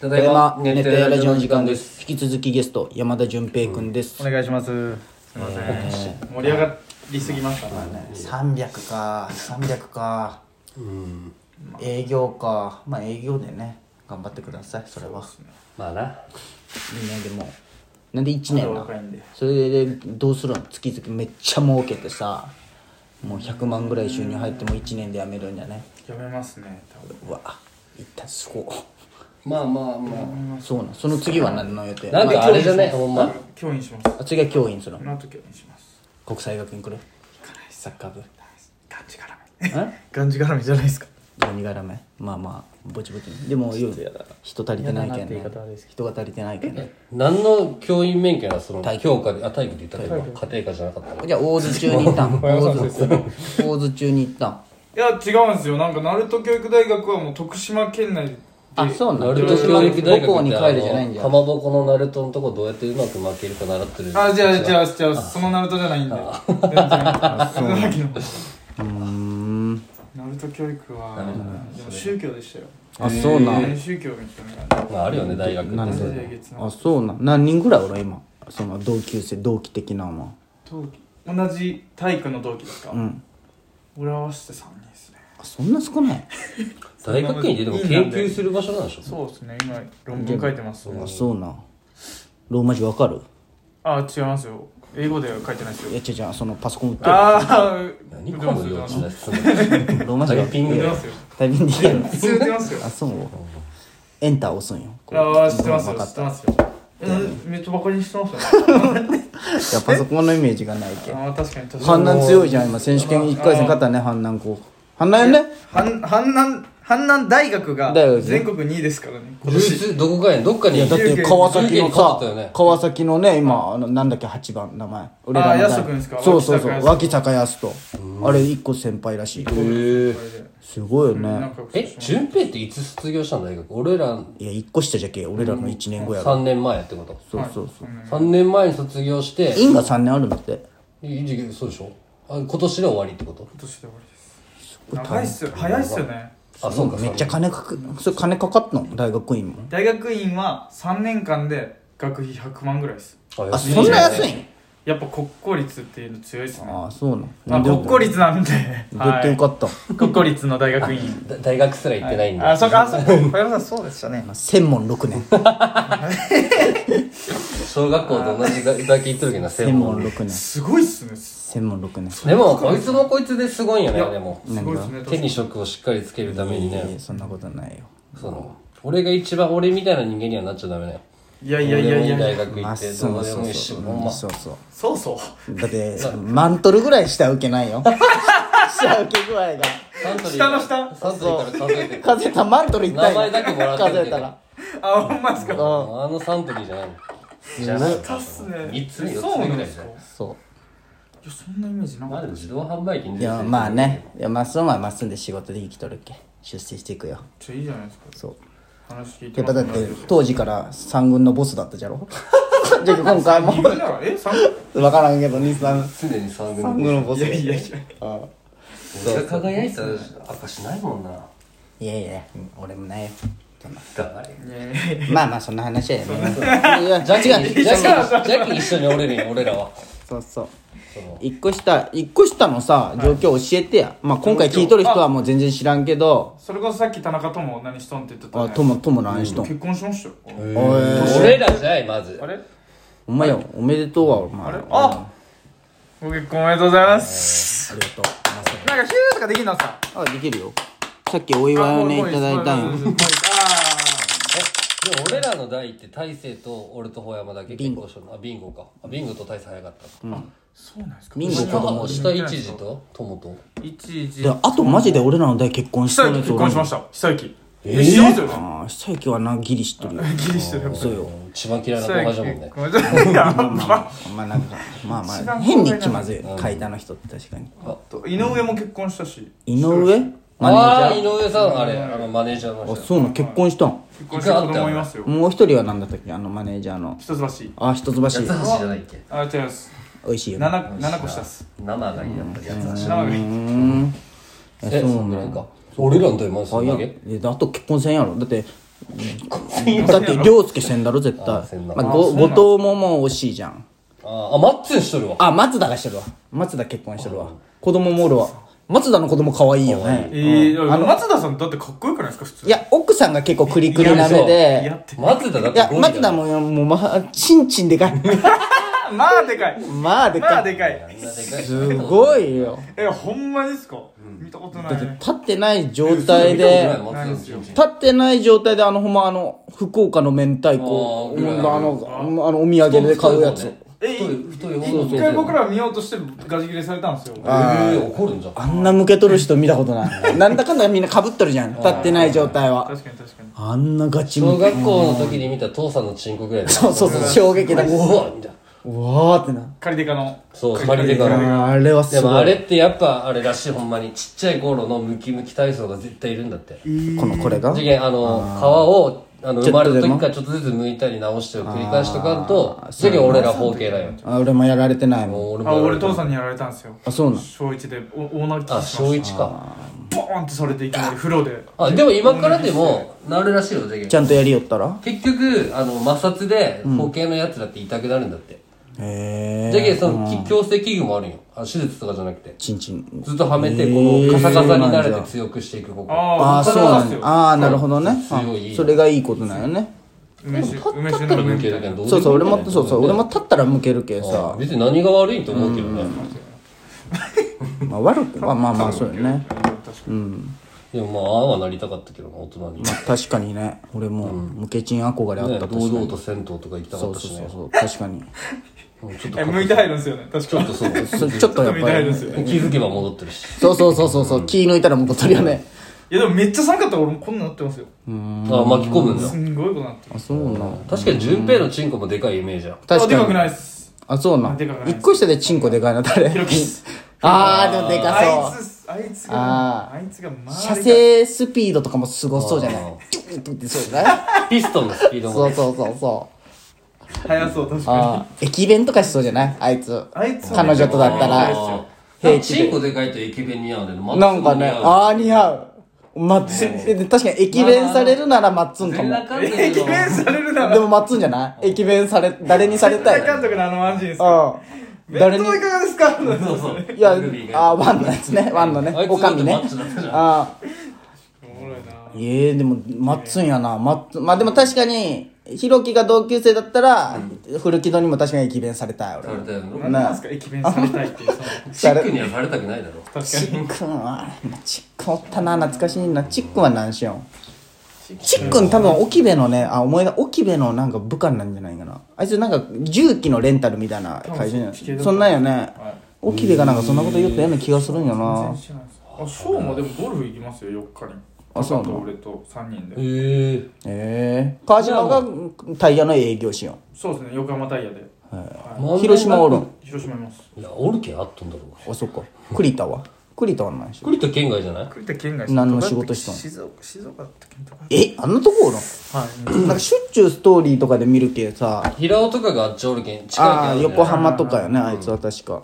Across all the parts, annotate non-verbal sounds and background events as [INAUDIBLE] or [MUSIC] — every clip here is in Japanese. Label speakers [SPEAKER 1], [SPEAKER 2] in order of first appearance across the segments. [SPEAKER 1] ただいま
[SPEAKER 2] ネ
[SPEAKER 1] 熱
[SPEAKER 2] ット
[SPEAKER 1] 帯
[SPEAKER 2] や
[SPEAKER 1] ラ
[SPEAKER 2] ラ
[SPEAKER 1] ジ
[SPEAKER 2] ジ
[SPEAKER 1] オ
[SPEAKER 2] オ
[SPEAKER 1] の
[SPEAKER 2] の
[SPEAKER 1] 時
[SPEAKER 2] 時
[SPEAKER 1] 間
[SPEAKER 2] 間
[SPEAKER 1] で
[SPEAKER 2] です引き続きゲスト山田純平君です、
[SPEAKER 3] お願いします。すみません。盛り上がりすぎましたね。
[SPEAKER 2] 300か300か
[SPEAKER 1] うん
[SPEAKER 2] 営業かまあ営業でね頑張ってくださいそれは
[SPEAKER 1] まあない
[SPEAKER 2] いねでもなんで1年
[SPEAKER 3] まだ
[SPEAKER 2] な
[SPEAKER 3] 若いんで
[SPEAKER 2] それでどうするの月々めっちゃ儲けてさもう100万ぐらい収入入っても1年で辞めるんじゃね
[SPEAKER 3] やめますね。多分。
[SPEAKER 2] うわ一旦そう
[SPEAKER 1] まあまあま
[SPEAKER 2] そうなんその次は何の予定
[SPEAKER 1] あなん
[SPEAKER 2] ま
[SPEAKER 1] かあれじゃねほんま
[SPEAKER 3] 教員します。
[SPEAKER 2] あ次は教員する
[SPEAKER 3] こ
[SPEAKER 2] の
[SPEAKER 3] の後教員します。
[SPEAKER 2] 国際学院来る
[SPEAKER 3] 行かないです。
[SPEAKER 2] サッカー部
[SPEAKER 3] ガンジ絡
[SPEAKER 2] え
[SPEAKER 3] め。ガンジ絡めじゃないですか。
[SPEAKER 2] 何がダメまあまあぼちぼちにでもよ人足りてないけんね
[SPEAKER 4] 嫌だなって言い方はです
[SPEAKER 2] 人が足りてないけんね
[SPEAKER 1] 何の教員免許やその
[SPEAKER 2] 体育
[SPEAKER 1] 教科であ体育で言ったけど家庭科じゃなかったの
[SPEAKER 2] じゃあ大津中に行ったん大津大津中に行ったん
[SPEAKER 3] いや違うんですよ。なんか鳴門教育大学はもう徳島県内で。
[SPEAKER 2] あそうなん
[SPEAKER 1] ナ
[SPEAKER 2] だ
[SPEAKER 1] ルト教育大学
[SPEAKER 2] 母校に
[SPEAKER 1] って
[SPEAKER 2] 帰るじゃないんじゃ
[SPEAKER 1] か
[SPEAKER 2] ん
[SPEAKER 1] まぼこのナルトのとこどうやってうまく負けるか習ってる
[SPEAKER 3] あじゃあじゃあじゃあその鳴門じゃないんで。全然。 [LAUGHS] さっきの
[SPEAKER 2] うん
[SPEAKER 3] 鳴門教育はでも宗教でしたよ。
[SPEAKER 2] あそうなん
[SPEAKER 3] 全宗教みたいな。
[SPEAKER 1] まああるよね大学って
[SPEAKER 2] なん
[SPEAKER 3] そ
[SPEAKER 2] で
[SPEAKER 3] れで月
[SPEAKER 2] あ
[SPEAKER 3] の
[SPEAKER 2] そうなん何人ぐらいおる今その同級生同期的なのは
[SPEAKER 3] 同期同じ体育の同期ですか
[SPEAKER 2] う。ん
[SPEAKER 3] 俺合わせて三人ですね。
[SPEAKER 2] あそんな少ない
[SPEAKER 1] 大学院ででも研究する場所なんでしょ
[SPEAKER 3] そうですね。今論文書いてます。
[SPEAKER 2] あそうなんローマ字わかる
[SPEAKER 3] あ違いますよ英語では書いてないです
[SPEAKER 2] いや
[SPEAKER 3] よ
[SPEAKER 2] 違う違うそのパソコン売ってる
[SPEAKER 3] ああ
[SPEAKER 1] 何この幼稚な質問
[SPEAKER 2] ローマ字
[SPEAKER 1] タ
[SPEAKER 2] が
[SPEAKER 1] イピングだよ
[SPEAKER 2] タイピングできるの
[SPEAKER 3] 普通出ますよ
[SPEAKER 2] あそうエンター押すんよこれ
[SPEAKER 3] ああ知ってます
[SPEAKER 2] わ
[SPEAKER 3] よ
[SPEAKER 2] か
[SPEAKER 3] 知
[SPEAKER 2] っ
[SPEAKER 3] ったてますよえなんでめっちゃバカにしてます
[SPEAKER 2] [LAUGHS]
[SPEAKER 3] よね
[SPEAKER 2] いやパソコンのイメージがないけ
[SPEAKER 3] ああ確かに確か
[SPEAKER 2] 阪
[SPEAKER 3] に
[SPEAKER 2] 南強いじゃん今選手権1回戦勝ったね阪南高校阪南よね
[SPEAKER 3] 阪阪南阪南大学が
[SPEAKER 2] 大学ね
[SPEAKER 3] 全国2位ですからね今
[SPEAKER 1] ルー
[SPEAKER 3] 年
[SPEAKER 1] ツどこかやんどっかに
[SPEAKER 2] いやだって川崎の
[SPEAKER 1] に変わ
[SPEAKER 2] さ
[SPEAKER 1] ったよね
[SPEAKER 2] 川崎のね今あのなんだっけ8番名前俺らの
[SPEAKER 3] あ
[SPEAKER 2] 代
[SPEAKER 3] 安人君ですか
[SPEAKER 2] そうそうそう
[SPEAKER 3] 脇
[SPEAKER 2] 脇坂康人あれ1個先輩らしい
[SPEAKER 1] へえ
[SPEAKER 3] これで
[SPEAKER 2] すごいよ
[SPEAKER 3] なん
[SPEAKER 2] ね
[SPEAKER 3] か
[SPEAKER 1] え順平っていつ卒業したん大学俺ら
[SPEAKER 2] いや1個下じゃけ俺らの1年後やろ
[SPEAKER 1] 3年前ってこと
[SPEAKER 2] そうそうそう
[SPEAKER 1] 3年前に卒業して
[SPEAKER 2] 院が3年あるんだって
[SPEAKER 1] いい時期そうでしょあ今年で終わりってこと
[SPEAKER 3] 今年で終わりです長いっすよ早いっすよね
[SPEAKER 1] あそうか
[SPEAKER 2] めっちゃ金かくそれ金かかったの大学院も
[SPEAKER 3] 大学院は3年間で学費100万ぐらいです
[SPEAKER 1] あ
[SPEAKER 2] あそんな安いん
[SPEAKER 3] やっぱ国公立っていうの強いですね
[SPEAKER 2] ああそうなん
[SPEAKER 3] まあ国公立なんで
[SPEAKER 2] [LAUGHS] どうやって受かったん
[SPEAKER 3] はい国公立の大学院
[SPEAKER 1] だ大学すら行ってないんだ
[SPEAKER 3] あ、そうか、あ、そうか。小山さん、そうでしたね。
[SPEAKER 2] 専門6年
[SPEAKER 1] 小学校と同じだだけ行っとるけどな専
[SPEAKER 2] 専門
[SPEAKER 1] 門
[SPEAKER 2] 6年
[SPEAKER 3] すごいっすね。す
[SPEAKER 2] 専門6年
[SPEAKER 1] でもこいつもこいつですごいよねでも
[SPEAKER 3] ごいっすね。
[SPEAKER 1] 手に職をしっかりつけるために
[SPEAKER 2] いやい
[SPEAKER 1] ね
[SPEAKER 2] やそんなことないよ
[SPEAKER 1] その俺が一番俺みたいな人間にはなっちゃダメだよ
[SPEAKER 3] いやいやいやい
[SPEAKER 1] 俺も
[SPEAKER 3] や
[SPEAKER 1] 大
[SPEAKER 3] いや。
[SPEAKER 1] 学行
[SPEAKER 2] まあ
[SPEAKER 1] って
[SPEAKER 2] そ
[SPEAKER 1] どこ
[SPEAKER 2] う
[SPEAKER 1] で
[SPEAKER 2] そ
[SPEAKER 1] も
[SPEAKER 2] う
[SPEAKER 1] 一緒
[SPEAKER 2] そう
[SPEAKER 1] ほんま
[SPEAKER 2] そうそ
[SPEAKER 3] そうそう。
[SPEAKER 2] うだってマントルぐらい下受けないよ下受け具合が
[SPEAKER 1] サントリー
[SPEAKER 3] 下の下
[SPEAKER 1] サントリーから数えてる
[SPEAKER 2] 数えたらマントルいった
[SPEAKER 1] 名
[SPEAKER 2] んよ
[SPEAKER 1] 前だけもらってる
[SPEAKER 2] 数
[SPEAKER 1] け
[SPEAKER 2] え
[SPEAKER 1] ど
[SPEAKER 2] たら
[SPEAKER 3] あ、ほんまっすか。
[SPEAKER 2] うん
[SPEAKER 1] あのサントリーじゃないのじゃない
[SPEAKER 3] たっすね。
[SPEAKER 1] 3つ目
[SPEAKER 3] そう
[SPEAKER 1] 4つ
[SPEAKER 3] な
[SPEAKER 1] 目
[SPEAKER 3] ん
[SPEAKER 1] ぐら
[SPEAKER 3] で
[SPEAKER 1] い
[SPEAKER 3] す
[SPEAKER 1] じゃ
[SPEAKER 3] か。
[SPEAKER 1] ないい
[SPEAKER 2] そ
[SPEAKER 3] や、そんなイメージな
[SPEAKER 1] まあ
[SPEAKER 3] かっ
[SPEAKER 1] でも自動販売機に
[SPEAKER 2] う
[SPEAKER 1] 出
[SPEAKER 2] い
[SPEAKER 1] てる
[SPEAKER 2] やまあねいやまっすんはまっすんで仕事で生きとるけ出世していくよ
[SPEAKER 3] た。ちょ、いいじゃないですか。
[SPEAKER 2] そう
[SPEAKER 3] 話聞いて
[SPEAKER 2] やっ
[SPEAKER 3] ます
[SPEAKER 2] ぱだ
[SPEAKER 3] ね。
[SPEAKER 2] って当時から三軍のボスだったじゃろ [LAUGHS] じゃあ今回も
[SPEAKER 3] いるならえ、三。い
[SPEAKER 2] 分からんけど兄さん
[SPEAKER 1] 常に3
[SPEAKER 2] 三
[SPEAKER 1] 軍
[SPEAKER 2] 軍のボス
[SPEAKER 3] やいやいや。
[SPEAKER 2] ああ
[SPEAKER 1] 俺が輝いた証ないもんない
[SPEAKER 2] やいやうん俺もないよそんな
[SPEAKER 1] 誰
[SPEAKER 2] まあまあそんな話はやめましょういや
[SPEAKER 1] ジャッキー
[SPEAKER 2] 違う
[SPEAKER 1] ジャッキージャッキー一緒におれるんよ俺らは
[SPEAKER 2] そうそう
[SPEAKER 1] その
[SPEAKER 2] 一個下一個下のさ状況教えてや、まあ今回聞いとる人はもう全然知らんけど
[SPEAKER 3] それこそさっき田中友何しとんって言ってた
[SPEAKER 2] あ
[SPEAKER 3] ね。
[SPEAKER 2] ともとも何しとん
[SPEAKER 3] 結婚しましたよ。
[SPEAKER 1] 俺らじゃないまず
[SPEAKER 3] あれ
[SPEAKER 2] お前よおめでとうはお前
[SPEAKER 3] あれ
[SPEAKER 2] あ
[SPEAKER 3] あご結婚おめでとうございます。
[SPEAKER 2] ありがとう
[SPEAKER 3] なんかヒューとかできんのさ。
[SPEAKER 2] あできるよさっきお祝いをねいただいたんよ
[SPEAKER 3] よ。
[SPEAKER 1] えでも俺らの代って大勢と俺とほ山だけ
[SPEAKER 2] ビンゴ
[SPEAKER 1] 結婚したのあビンゴかあビンゴと大勢早かったの
[SPEAKER 3] そうなんですか
[SPEAKER 2] ミンゴ子供
[SPEAKER 1] 下一時と友と
[SPEAKER 3] 一時
[SPEAKER 2] であとマジで俺らの代結婚し
[SPEAKER 3] 久
[SPEAKER 2] た
[SPEAKER 3] 雪
[SPEAKER 2] やつ
[SPEAKER 3] 結
[SPEAKER 2] おら
[SPEAKER 3] 婚
[SPEAKER 2] ん
[SPEAKER 3] しま
[SPEAKER 2] よ
[SPEAKER 3] した久雪
[SPEAKER 1] えー
[SPEAKER 3] え知ってますよね
[SPEAKER 2] ああ久幸はなギリ知っとるよ
[SPEAKER 3] ギリしてる
[SPEAKER 2] そうよ
[SPEAKER 1] 一番嫌いな後輩じゃもんね
[SPEAKER 3] ごめんなさい [LAUGHS] やば
[SPEAKER 2] まあなんかまあ
[SPEAKER 3] 一
[SPEAKER 2] まあ
[SPEAKER 3] 番
[SPEAKER 2] 変に気まずい書いたの人って確かに
[SPEAKER 3] 井上も結婚したし
[SPEAKER 2] 井上マネー
[SPEAKER 1] ああ
[SPEAKER 2] ジャー
[SPEAKER 1] 井上さんあれあのマネージャーの
[SPEAKER 2] あ
[SPEAKER 1] 人
[SPEAKER 2] そうなの結婚したん
[SPEAKER 3] 結婚して子供いますよ
[SPEAKER 2] もう一人は何だったっけあのマネージャーの
[SPEAKER 3] 一橋
[SPEAKER 2] あ一橋
[SPEAKER 1] 八つ橋じゃないっけ
[SPEAKER 3] あ違います
[SPEAKER 2] 美味しいよね
[SPEAKER 3] 七七個したっす
[SPEAKER 1] 生がいいやったやつ
[SPEAKER 3] 七個
[SPEAKER 2] うー
[SPEAKER 3] い
[SPEAKER 2] ん
[SPEAKER 1] えそんぐらいか俺らの代まずそ
[SPEAKER 2] あ
[SPEAKER 1] ん
[SPEAKER 2] い
[SPEAKER 1] だ
[SPEAKER 2] や
[SPEAKER 1] け
[SPEAKER 2] えだと結婚せんやろだって
[SPEAKER 1] 然言わ
[SPEAKER 2] だ
[SPEAKER 1] せ
[SPEAKER 2] っ
[SPEAKER 1] ん
[SPEAKER 2] て涼介せんだろ絶対
[SPEAKER 1] あせんな
[SPEAKER 2] まあ、ご後藤ももう惜しいじゃん
[SPEAKER 1] あーあマッツンしとるわ
[SPEAKER 2] あ松田がしてるわ松田結婚してるわ子供もおるわ松田の子供可愛いよね
[SPEAKER 3] ええあの松田さんだってかっこよくないですか普通
[SPEAKER 2] いや奥さんが結構クリクリな目
[SPEAKER 3] いや
[SPEAKER 2] で
[SPEAKER 3] って
[SPEAKER 1] 松田だっ
[SPEAKER 2] い
[SPEAKER 1] て
[SPEAKER 2] や
[SPEAKER 1] ゴリ
[SPEAKER 2] 松
[SPEAKER 1] だ
[SPEAKER 2] 田ももうまあちんちんでかい
[SPEAKER 3] あまあでかい
[SPEAKER 2] [LAUGHS] まあで
[SPEAKER 3] ま
[SPEAKER 2] か
[SPEAKER 3] あで
[SPEAKER 2] い
[SPEAKER 3] か
[SPEAKER 1] あ
[SPEAKER 3] い
[SPEAKER 2] [LAUGHS]
[SPEAKER 1] んなでかい
[SPEAKER 2] すごいよ
[SPEAKER 3] えほんまですか見たことな
[SPEAKER 2] だって
[SPEAKER 3] い
[SPEAKER 2] 立ってない状態で
[SPEAKER 1] 見たことない松田のチンチン
[SPEAKER 2] 立ってない状態であのほんまあの福岡の明太子
[SPEAKER 1] あーぐらい
[SPEAKER 2] うんあのあのお土産で買うやつ、
[SPEAKER 1] 太い方ね太い太い方の
[SPEAKER 3] 一回僕ら見ようとしてガチ切れされたんですよ
[SPEAKER 1] ええ怒るんじゃん
[SPEAKER 2] あんな向け取る人見たこと [LAUGHS] ないなんだかんだみんなかぶっとるじゃん立ってない状態は
[SPEAKER 3] 確かに確かに
[SPEAKER 2] あんなガチ
[SPEAKER 1] 小
[SPEAKER 2] 向け
[SPEAKER 1] 学校の時に見た父さんのチンコぐらいだ
[SPEAKER 2] そうそうそう衝撃だう
[SPEAKER 1] うわみたいな
[SPEAKER 2] わーってな
[SPEAKER 3] カリデカの
[SPEAKER 1] そう借りてから
[SPEAKER 2] あれは
[SPEAKER 1] ですも
[SPEAKER 2] ご
[SPEAKER 1] あ
[SPEAKER 2] い
[SPEAKER 1] れってやっぱあれらしいほんまにちっちゃい頃のムキムキ体操が絶対いるんだって
[SPEAKER 2] このこれが
[SPEAKER 1] 次元あの皮をあの
[SPEAKER 2] ち
[SPEAKER 1] 生
[SPEAKER 2] ょっ
[SPEAKER 1] まれ
[SPEAKER 2] とで
[SPEAKER 1] た
[SPEAKER 2] も
[SPEAKER 1] 時からちょっとずつ剥いたり直してを繰り返しとかんと次元俺ら包茎だよ
[SPEAKER 2] あ俺もやられてないもん
[SPEAKER 1] もう俺も
[SPEAKER 3] あ
[SPEAKER 1] やら
[SPEAKER 3] 俺
[SPEAKER 1] れた
[SPEAKER 3] 父さんにやられたんですよ
[SPEAKER 2] あそうなん
[SPEAKER 3] 小一でおオーナー来て
[SPEAKER 1] あ小一か
[SPEAKER 3] ボーンとされていきなり風呂で
[SPEAKER 1] あでも今からでもなるらしいよ次
[SPEAKER 2] ち
[SPEAKER 1] 元
[SPEAKER 2] ゃんとやりよったら
[SPEAKER 1] 結局あの摩擦で包茎のやつだって痛くなるんだって
[SPEAKER 2] へ
[SPEAKER 1] じゃ
[SPEAKER 2] え
[SPEAKER 1] けそのき矯正器具もあるんよあ手術とかじゃなくて
[SPEAKER 2] ちんちん
[SPEAKER 1] ずっとはめて
[SPEAKER 2] へ
[SPEAKER 1] こ
[SPEAKER 2] ー
[SPEAKER 1] のカサカサに慣れ
[SPEAKER 2] そうなん
[SPEAKER 1] て
[SPEAKER 2] だ
[SPEAKER 1] 強くしていくここ
[SPEAKER 2] あ
[SPEAKER 3] あ
[SPEAKER 2] あ
[SPEAKER 3] あ
[SPEAKER 2] そうなんだああなるほどねあ
[SPEAKER 1] 強い
[SPEAKER 2] それがいいことなんよね
[SPEAKER 3] 梅酒梅
[SPEAKER 1] 立
[SPEAKER 3] 酒
[SPEAKER 1] ったら
[SPEAKER 3] の
[SPEAKER 1] 向け
[SPEAKER 3] 梅
[SPEAKER 1] るけど
[SPEAKER 2] そうそう俺もそうそう俺も立ったら向けるけさ
[SPEAKER 1] 別に何が悪いと思うけどね
[SPEAKER 2] まあ悪くまあまあまあそうよね
[SPEAKER 1] でもまあああはなりたかったけどな大人にね
[SPEAKER 2] 確かにね俺もムケチン憧れあった確か
[SPEAKER 1] 堂
[SPEAKER 2] に
[SPEAKER 1] 々と銭湯とか行きたか
[SPEAKER 2] そ
[SPEAKER 1] っ
[SPEAKER 2] う
[SPEAKER 1] た
[SPEAKER 2] そ
[SPEAKER 1] し
[SPEAKER 2] うそ
[SPEAKER 1] ね
[SPEAKER 2] うそう確かに
[SPEAKER 1] うんちょっと
[SPEAKER 3] え向いて入るんですよね確
[SPEAKER 1] ちょ
[SPEAKER 3] か
[SPEAKER 1] っとそう
[SPEAKER 2] そちょっとやっ
[SPEAKER 3] 見
[SPEAKER 2] ぱ
[SPEAKER 3] たい
[SPEAKER 2] り
[SPEAKER 3] ですよね
[SPEAKER 1] 気づけば戻ってるし
[SPEAKER 2] そうそうそうそうそう気抜いたらもう取りやね
[SPEAKER 3] いやでもめっちゃ寒かったから俺もこんなんなってますよ
[SPEAKER 1] あ巻き込むんだ
[SPEAKER 3] すんごいことなってる
[SPEAKER 2] あそうな
[SPEAKER 1] 確かに順平のチンコもでかいイメージや
[SPEAKER 3] あ
[SPEAKER 2] 確
[SPEAKER 3] でかく
[SPEAKER 2] か
[SPEAKER 3] な
[SPEAKER 2] に
[SPEAKER 3] いっす
[SPEAKER 2] あそうな
[SPEAKER 3] あでかくない
[SPEAKER 2] 一個下でチンコでかいな誰
[SPEAKER 3] 広木っす
[SPEAKER 2] あーでもでか
[SPEAKER 3] あ
[SPEAKER 2] そ
[SPEAKER 3] いうつあいつ
[SPEAKER 2] あー
[SPEAKER 3] があいつがまあ
[SPEAKER 2] 射精スピードとかもすごそうじゃな
[SPEAKER 1] あ
[SPEAKER 2] いキュッキュッってそうじゃない
[SPEAKER 1] ピストンのスピード
[SPEAKER 2] そ
[SPEAKER 1] も
[SPEAKER 2] うそうそうそう
[SPEAKER 3] 速そう確か
[SPEAKER 2] あー駅弁とかしそうじゃないあいつ
[SPEAKER 3] にあいつ
[SPEAKER 2] 彼女とだったら
[SPEAKER 1] あー
[SPEAKER 2] 平地で
[SPEAKER 1] チンコでかいと駅弁似合うねマッツン
[SPEAKER 2] なんかね
[SPEAKER 1] 似合う
[SPEAKER 2] ああ似合うまっつん確かに駅弁されるならまっつんか
[SPEAKER 1] 全
[SPEAKER 2] も
[SPEAKER 1] 裸
[SPEAKER 3] [LAUGHS]
[SPEAKER 1] 監督の
[SPEAKER 3] 駅弁されるなら
[SPEAKER 2] でもまっつんじゃない駅弁され誰にされたい
[SPEAKER 3] 大監督のあのマジですか
[SPEAKER 2] うん
[SPEAKER 3] 弁
[SPEAKER 2] 誰に
[SPEAKER 3] 当いかがですか
[SPEAKER 1] そうそう
[SPEAKER 2] いや
[SPEAKER 1] ラグビー、が
[SPEAKER 2] あー、ワンのやつね、ワンのね
[SPEAKER 1] あい、つ
[SPEAKER 2] おかみね
[SPEAKER 1] だってマッチだった。じゃん
[SPEAKER 2] あ
[SPEAKER 3] おもろいな
[SPEAKER 2] ーええ、でも、マッツンやな、マッツン。まあでも確かに、ひろきが同級生だったら、古木戸にも確かに駅弁された
[SPEAKER 1] さ
[SPEAKER 2] い、
[SPEAKER 1] れた
[SPEAKER 2] 俺。
[SPEAKER 1] やろ
[SPEAKER 3] 何なんですか駅弁されたいっていうそ
[SPEAKER 2] [LAUGHS]
[SPEAKER 3] の
[SPEAKER 1] チックにはされたくないだろ
[SPEAKER 2] チックンは、チックンおったな、懐かしいな。チックンは何しようチックン多分、沖部のね、あ、思い出、沖部のなんか部下なんじゃないかな。あいつなんか、重機のレンタルみたいな会社じゃな
[SPEAKER 3] 多分そっち系だと
[SPEAKER 2] いそ
[SPEAKER 3] 思う
[SPEAKER 2] んなんよね
[SPEAKER 3] はい。
[SPEAKER 2] 沖部がなんかそんなこと言ったような気がするんよな
[SPEAKER 3] 全然。知らないですあ翔もでもゴルフ行きますよ4日に
[SPEAKER 2] あそうなの
[SPEAKER 3] パパと俺と3人で
[SPEAKER 1] へえ
[SPEAKER 2] ええ川島がタイヤの営業しよ
[SPEAKER 3] そうですね横浜タイヤでは
[SPEAKER 2] う広島おるん
[SPEAKER 3] 広島います
[SPEAKER 1] いやおるけんあっとんだろう
[SPEAKER 2] あそっか栗田は栗田は何し
[SPEAKER 1] 栗田県外じゃない
[SPEAKER 3] 栗田県外
[SPEAKER 2] 何の仕事しとん
[SPEAKER 3] 静岡静岡だったっけとか
[SPEAKER 2] えあんなとこおるん
[SPEAKER 3] はい
[SPEAKER 2] なんかしょっちゅうストーリーとかで見るけさ
[SPEAKER 1] 平尾とかがあっちおるけん近いけん
[SPEAKER 2] ああ
[SPEAKER 1] る
[SPEAKER 2] ー
[SPEAKER 1] じゃない
[SPEAKER 2] 横浜とかよねあいつは確か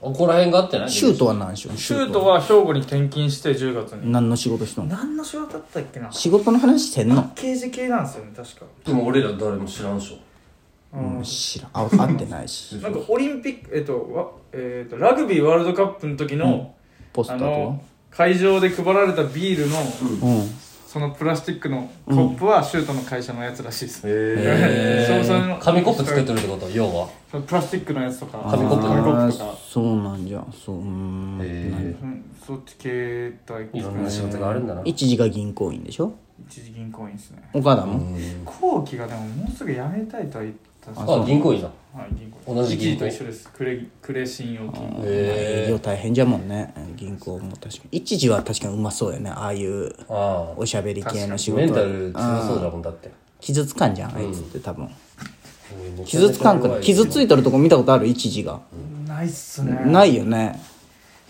[SPEAKER 1] ここら辺があってない
[SPEAKER 2] シュートは何しよう
[SPEAKER 3] シュートは兵庫に転勤して10月に
[SPEAKER 2] 何の仕事しとんの
[SPEAKER 3] 何の仕事だったっけな
[SPEAKER 2] 仕事の話せんの
[SPEAKER 3] 刑事系なんですよね確か
[SPEAKER 1] でも俺ら誰も知らんでしょ
[SPEAKER 2] うん知らんあ会ってないし
[SPEAKER 3] なんかオリンピックえっとわえっとラグビーワールドカップの時の
[SPEAKER 2] ポスタ
[SPEAKER 3] あ
[SPEAKER 2] ーとは
[SPEAKER 3] の会場で配られたビールの
[SPEAKER 2] うん
[SPEAKER 3] そのプラスチックのコップはシュートの会社のやつらしいですね
[SPEAKER 1] へ
[SPEAKER 3] [LAUGHS] そうそう
[SPEAKER 1] え紙コップ作ってるってこと要は
[SPEAKER 3] そのプラスチックのやつとか
[SPEAKER 1] 紙コップ紙
[SPEAKER 3] コップと
[SPEAKER 2] あー
[SPEAKER 3] か
[SPEAKER 2] そうなんじゃそううーん
[SPEAKER 3] うんそっち携帯
[SPEAKER 1] いろんな仕事があるんだな
[SPEAKER 2] 一時が銀行員でしょ
[SPEAKER 3] 一時銀行員ですね
[SPEAKER 2] 岡田も
[SPEAKER 3] 後期がでももうすぐ辞めたいとは言ったんですよ
[SPEAKER 1] あ銀行員じゃん
[SPEAKER 3] はい銀行
[SPEAKER 1] 同じ銀行
[SPEAKER 3] 一時と一緒ですクレクレ信用金
[SPEAKER 2] 営
[SPEAKER 1] へえ
[SPEAKER 2] 業大変じゃもんね銀行も確かに一時は確かにうまそうよねああいう
[SPEAKER 1] あ
[SPEAKER 2] おしゃべり系の仕
[SPEAKER 1] あ
[SPEAKER 2] 事
[SPEAKER 1] メンタル強そうだもんだって
[SPEAKER 2] 傷つかんじゃんあいつって多分傷つかんくない傷ついてるとこ見たことある一時が
[SPEAKER 3] ないっすね
[SPEAKER 2] ないよね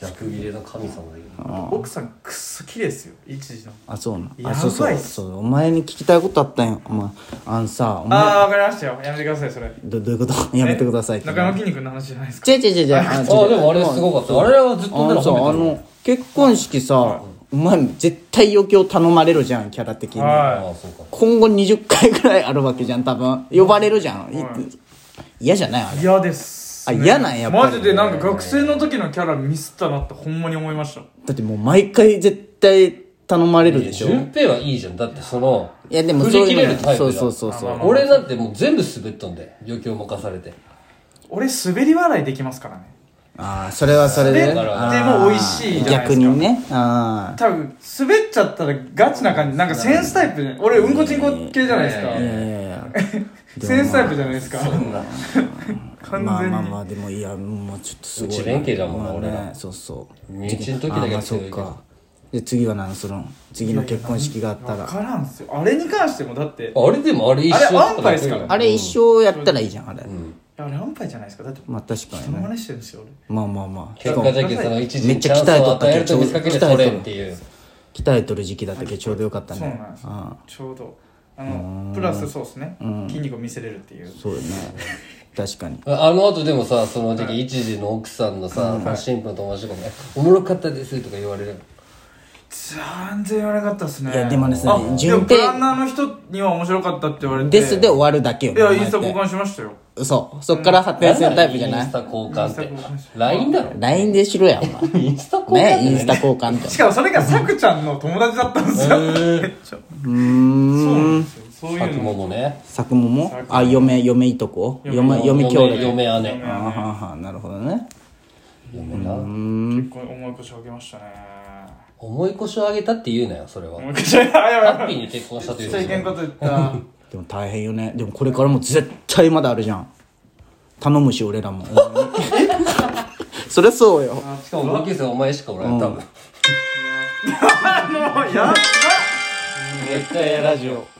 [SPEAKER 1] 逆切れの神様だけど
[SPEAKER 3] 奥さんくっそ綺麗っすよ一時の
[SPEAKER 2] あそうなん
[SPEAKER 3] やば
[SPEAKER 2] あ
[SPEAKER 3] いっす
[SPEAKER 2] そうそうそうお前に聞きたいことあったんよお前あんさお前
[SPEAKER 3] ああーわかりましたよやめてくださいそれ
[SPEAKER 2] どどういうこと [LAUGHS] やめてくださいって
[SPEAKER 3] 中山きんに君の話じゃないですか
[SPEAKER 2] 違う違う違う違うあ
[SPEAKER 1] あでもあれす
[SPEAKER 2] い
[SPEAKER 1] ごかったあれはずっと
[SPEAKER 2] あ
[SPEAKER 1] なん
[SPEAKER 2] の
[SPEAKER 1] か
[SPEAKER 2] さあ
[SPEAKER 1] 褒めて
[SPEAKER 2] の結婚式さお前絶対余興頼まれるじゃんキャラ的に、
[SPEAKER 3] は
[SPEAKER 1] ああそうか
[SPEAKER 2] 今後20回ぐらいあるわけじゃん多分呼ばれるじゃんい嫌、じゃないあ
[SPEAKER 3] い
[SPEAKER 2] れ
[SPEAKER 3] 嫌です、
[SPEAKER 2] あ嫌なんややっぱり
[SPEAKER 3] マジでなんか学生の時のキャラミスったなってほんまに思いました
[SPEAKER 2] だってもう毎回絶対頼まれるでしょ、
[SPEAKER 1] 順平はいいじゃんだってその
[SPEAKER 2] いやでも
[SPEAKER 1] 振
[SPEAKER 2] そう
[SPEAKER 1] り
[SPEAKER 2] い
[SPEAKER 1] 切
[SPEAKER 2] う
[SPEAKER 1] れ
[SPEAKER 2] の
[SPEAKER 1] るタイプ
[SPEAKER 2] そう
[SPEAKER 1] じゃ
[SPEAKER 2] そ
[SPEAKER 1] ん
[SPEAKER 2] うそうそう
[SPEAKER 3] まあ
[SPEAKER 1] 俺なんてもう全部滑っとんで余興任されて
[SPEAKER 3] 俺滑り笑いできますからね
[SPEAKER 2] ああそれはそれで
[SPEAKER 3] で
[SPEAKER 2] ね
[SPEAKER 1] だから
[SPEAKER 2] あー
[SPEAKER 3] でも美味しいじゃないですか
[SPEAKER 2] 逆にねあ
[SPEAKER 3] 多分滑っちゃったらガチな感じなんかセンスタイプじゃない俺うんこちんこ系じゃないですか、
[SPEAKER 1] いや
[SPEAKER 2] あいやいやいや
[SPEAKER 3] センスタイプじゃないですか
[SPEAKER 1] そんな
[SPEAKER 3] [LAUGHS] 完全に、
[SPEAKER 2] まあまあまあでもいやもうちょっとすごい
[SPEAKER 1] 内弁慶だもんな
[SPEAKER 2] まあ
[SPEAKER 1] 俺ら
[SPEAKER 2] そうそう
[SPEAKER 1] 身内の時だけ
[SPEAKER 2] あーまあそ
[SPEAKER 1] 強
[SPEAKER 2] っ
[SPEAKER 1] いけど
[SPEAKER 2] かで次は何するん次の結婚式があった
[SPEAKER 3] 分
[SPEAKER 2] ら
[SPEAKER 3] からんっすよあれに関してもだって
[SPEAKER 1] あれでもあれ一緒やった
[SPEAKER 3] あれ安牌っすから
[SPEAKER 2] あれ一生やったらいいじゃんあれ
[SPEAKER 3] あれ安牌じゃないですかだって
[SPEAKER 2] まあ確か
[SPEAKER 3] そ
[SPEAKER 2] に
[SPEAKER 3] の
[SPEAKER 2] ね
[SPEAKER 3] 真似してるんですよ俺
[SPEAKER 2] まあまあまあ
[SPEAKER 1] 結果じゃけその一時
[SPEAKER 2] めっ
[SPEAKER 1] にチ
[SPEAKER 2] ちゃ
[SPEAKER 1] ャン
[SPEAKER 2] 鍛
[SPEAKER 1] ス
[SPEAKER 2] えと
[SPEAKER 1] を
[SPEAKER 2] った
[SPEAKER 1] 与え
[SPEAKER 2] け
[SPEAKER 1] ると見せかけて
[SPEAKER 2] 鍛えとった
[SPEAKER 1] 取れんっていう
[SPEAKER 2] 鍛えとる時期だったけどちょうどよかった
[SPEAKER 3] そう
[SPEAKER 2] ね
[SPEAKER 3] なんです
[SPEAKER 2] あ
[SPEAKER 3] ちょうどあのプラスそうですね筋肉を見せれるっていう
[SPEAKER 2] あそうよね確かに
[SPEAKER 1] あの後でもさその時一時の奥さんのさ新婦の友達とかもえ「おもろかったです」とか言われる
[SPEAKER 3] 全然言わなかったっすね
[SPEAKER 2] いやでもですね
[SPEAKER 3] あで
[SPEAKER 2] 順
[SPEAKER 3] も
[SPEAKER 2] 平
[SPEAKER 3] プランナーの人には面白かったって言われて
[SPEAKER 2] ですで終わるだけよ
[SPEAKER 3] いや
[SPEAKER 2] 名前
[SPEAKER 3] イン
[SPEAKER 2] っ
[SPEAKER 3] ス
[SPEAKER 2] て
[SPEAKER 3] タ交換しましたよ
[SPEAKER 2] そうそっから発展するタイプじゃ
[SPEAKER 1] イ
[SPEAKER 2] な
[SPEAKER 1] ンス
[SPEAKER 2] い
[SPEAKER 1] タ交換っ
[SPEAKER 3] インスタ交換してて
[SPEAKER 1] LINE だろ
[SPEAKER 2] LINE でしろやお前
[SPEAKER 1] インスタ交換
[SPEAKER 2] ねインスタ
[SPEAKER 1] だよ
[SPEAKER 2] [LAUGHS] 交換って
[SPEAKER 3] しかもそれがさくちゃんの友達だったんですよめっちゃそうなんですよそうい
[SPEAKER 1] 佐
[SPEAKER 3] う
[SPEAKER 1] 久間
[SPEAKER 3] の
[SPEAKER 1] もね
[SPEAKER 2] 作ももあ嫁嫁いとこ嫁嫁兄弟
[SPEAKER 1] 嫁姉
[SPEAKER 2] あははなるほどね
[SPEAKER 1] 嫁な
[SPEAKER 3] 結構思い越しあげましたね
[SPEAKER 1] 重い腰を上げたって言うなよそれは
[SPEAKER 3] [LAUGHS] 思い越しあげあやばい
[SPEAKER 1] ハッ
[SPEAKER 3] やば
[SPEAKER 1] ピ
[SPEAKER 3] い
[SPEAKER 1] ーに結婚したとい
[SPEAKER 3] 言
[SPEAKER 1] う
[SPEAKER 3] っ
[SPEAKER 1] こ
[SPEAKER 3] ちゃ
[SPEAKER 1] と
[SPEAKER 3] いけん
[SPEAKER 1] で
[SPEAKER 3] こと言った
[SPEAKER 2] でも大変よねでもこれからも絶対まだあるじゃん頼むし俺 [LAUGHS] らもそりゃそうよ [LAUGHS]
[SPEAKER 1] しかも同級生お前しかおらん多分
[SPEAKER 3] もうやばい
[SPEAKER 1] 絶対ラジオ